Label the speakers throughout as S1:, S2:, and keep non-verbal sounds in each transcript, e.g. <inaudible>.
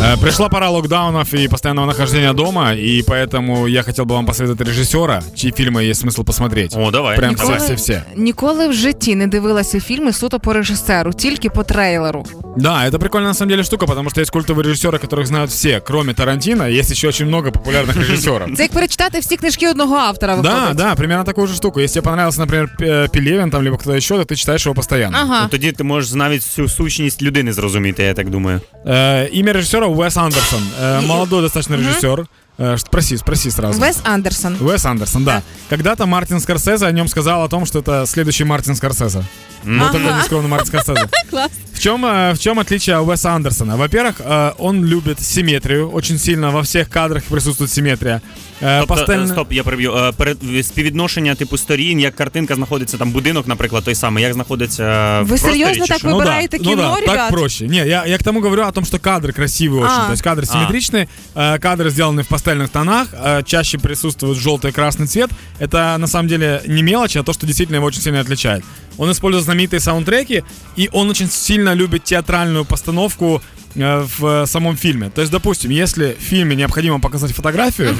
S1: Э, Пришла пора локдаунов и постоянного нахождения дома, и поэтому я хотел бы вам посоветовать режиссера, чьи фильмы есть смысл посмотреть.
S2: О, давай.
S1: Прям
S2: Давай.
S1: все, все, все.
S3: Ніколи в житті не дивилася фільми суто по режисеру, тільки по трейлеру.
S1: Да, это прикольная на самом деле штука, потому что есть культовые режиссеры, которых знают все, кроме Тарантино, есть еще очень много популярных
S3: <laughs>
S1: режиссеров.
S3: Це як перечитати всі книжки одного автора.
S1: Да,
S3: виходить.
S1: да, примерно такую же штуку. Если тебе понравился, например, П- э, Пелевин, там, либо кто-то еще, то ты читаешь его постоянно.
S2: Ну,
S3: Ага.
S2: тоді ти можеш навіть всю сущність людини зрозуміти, я так думаю.
S1: Э, имя режиссера Уэс Андерсон. Э, молодой достаточно режиссер. Э, ш- спроси, спроси сразу.
S3: Вес Андерсон.
S1: Уэс Андерсон, да. Когда-то Мартин Скорсезе о нем сказал о том, что это следующий Мартин Скорсезе. Вот такой нескромный Мартин Скорсезе.
S3: Клас.
S1: В чем, э, в чем отличие Уэса Андерсона? Во-первых, э, он любит симметрию. Очень сильно во всех кадрах присутствует симметрия. Э,
S2: Тобто,
S1: пастельно-
S2: е, стоп, я переб'ю. Е, Перед в- співвідношення типу сторін, як картинка знаходиться там будинок, наприклад, той самий, як знаходиться. е, в
S3: Ви
S2: просторі,
S3: серйозно
S2: чи
S3: так
S2: що?
S1: Ну да,
S3: выбираете
S1: ну
S3: кино,
S1: да, так
S3: ребят?
S1: проще. Не, я, я к тому говорю о том, что кадры красивые очень.
S3: А.
S1: То есть кадры симметричные, э, кадры сделаны в пастельных тонах, э, чаще присутствует желтый и красный цвет. Это на самом деле не мелочь, а то, что действительно его очень сильно отличает. Он использует знаменитые саундтреки, и он очень сильно любит театральную постановку э, в э, самом фильме. То есть, допустим, если в фильме необходимо показать фотографию,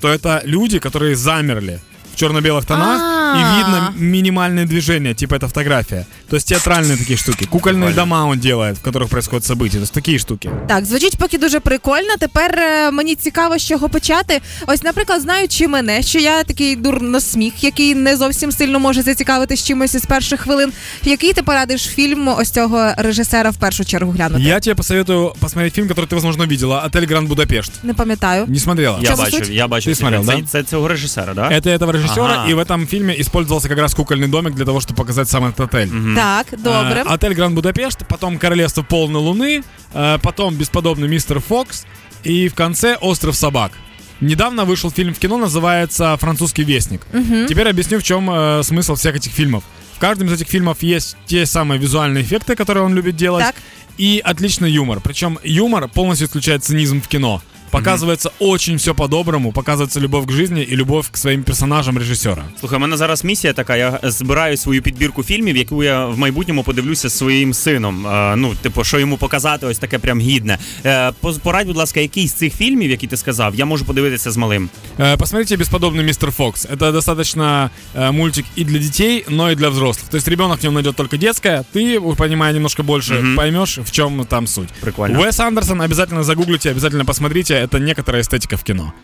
S1: то это люди, которые замерли в черно-белых тонах, и
S3: А.
S1: видно минимальные движения, типа это фотография. То есть театральные такие штуки. Кукольные дома он делает, в которых происходят события. То есть такие штуки.
S3: Так, звучить поки дуже прикольно. Тепер е, мені цікаво, з чого почати. Ось, наприклад, знаючи мене, що я такий дурносміх, який не зовсім сильно може зацікавити з чимось із перших хвилин. Який ти порадиш фільм ось цього режисера в першу чергу глянути?
S1: Я тебе посоветую посмотреть фильм, который ты, возможно, видела. Отель Гранд Будапешт.
S3: Не пам'ятаю.
S1: Не смотрела?
S2: Я
S3: Чому
S2: бачив,
S3: суть?
S2: я бачив.
S1: Ти
S2: цей
S1: смотрел,
S2: фільм. це,
S1: да?
S2: це цього режисера, да?
S1: Это этого режиссера,
S2: Ага.
S1: и в этом фильме использовался как раз кукольный домик для того, чтобы показать сам этот отель.
S3: Так, добре.
S1: Э, Отель Гранд Будапешт, потом Королевство полной луны, э, потом бесподобный мистер Фокс и в конце Остров собак. Недавно вышел фильм в кино, называется Французский вестник. Теперь объясню, в чем э, смысл всех этих фильмов. В каждом из этих фильмов есть те самые визуальные эффекты, которые он любит делать,
S3: Так.
S1: и отличный юмор. Причем юмор полностью исключает цинизм в кино. Показывается очень все по-доброму, показывается любовь к жизни и любовь к своим персонажам режиссера.
S2: Слухай, у мене зараз місія така. Я збираю свою підбірку фільмів, яку я в майбутньому подивлюся зі своїм сином. Е, ну, типу, що йому показати, ось таке прям гідне. Е, поз- порадь, будь ласка, який з цих фільмів, які ти сказав, я можу подивитися з малим.
S1: Э, Посмотрите «Бесподобный мистер Фокс». Это достаточно э, мультик и для детей, но и для взрослых. То есть ребенок в нем найдет только детское, ты, понимая немножко больше, поймешь, в чем там суть.
S2: Прикольно.
S1: Уэс Андерсон обязательно загуглите, обязательно посмотрите. Это некоторая эстетика в кино.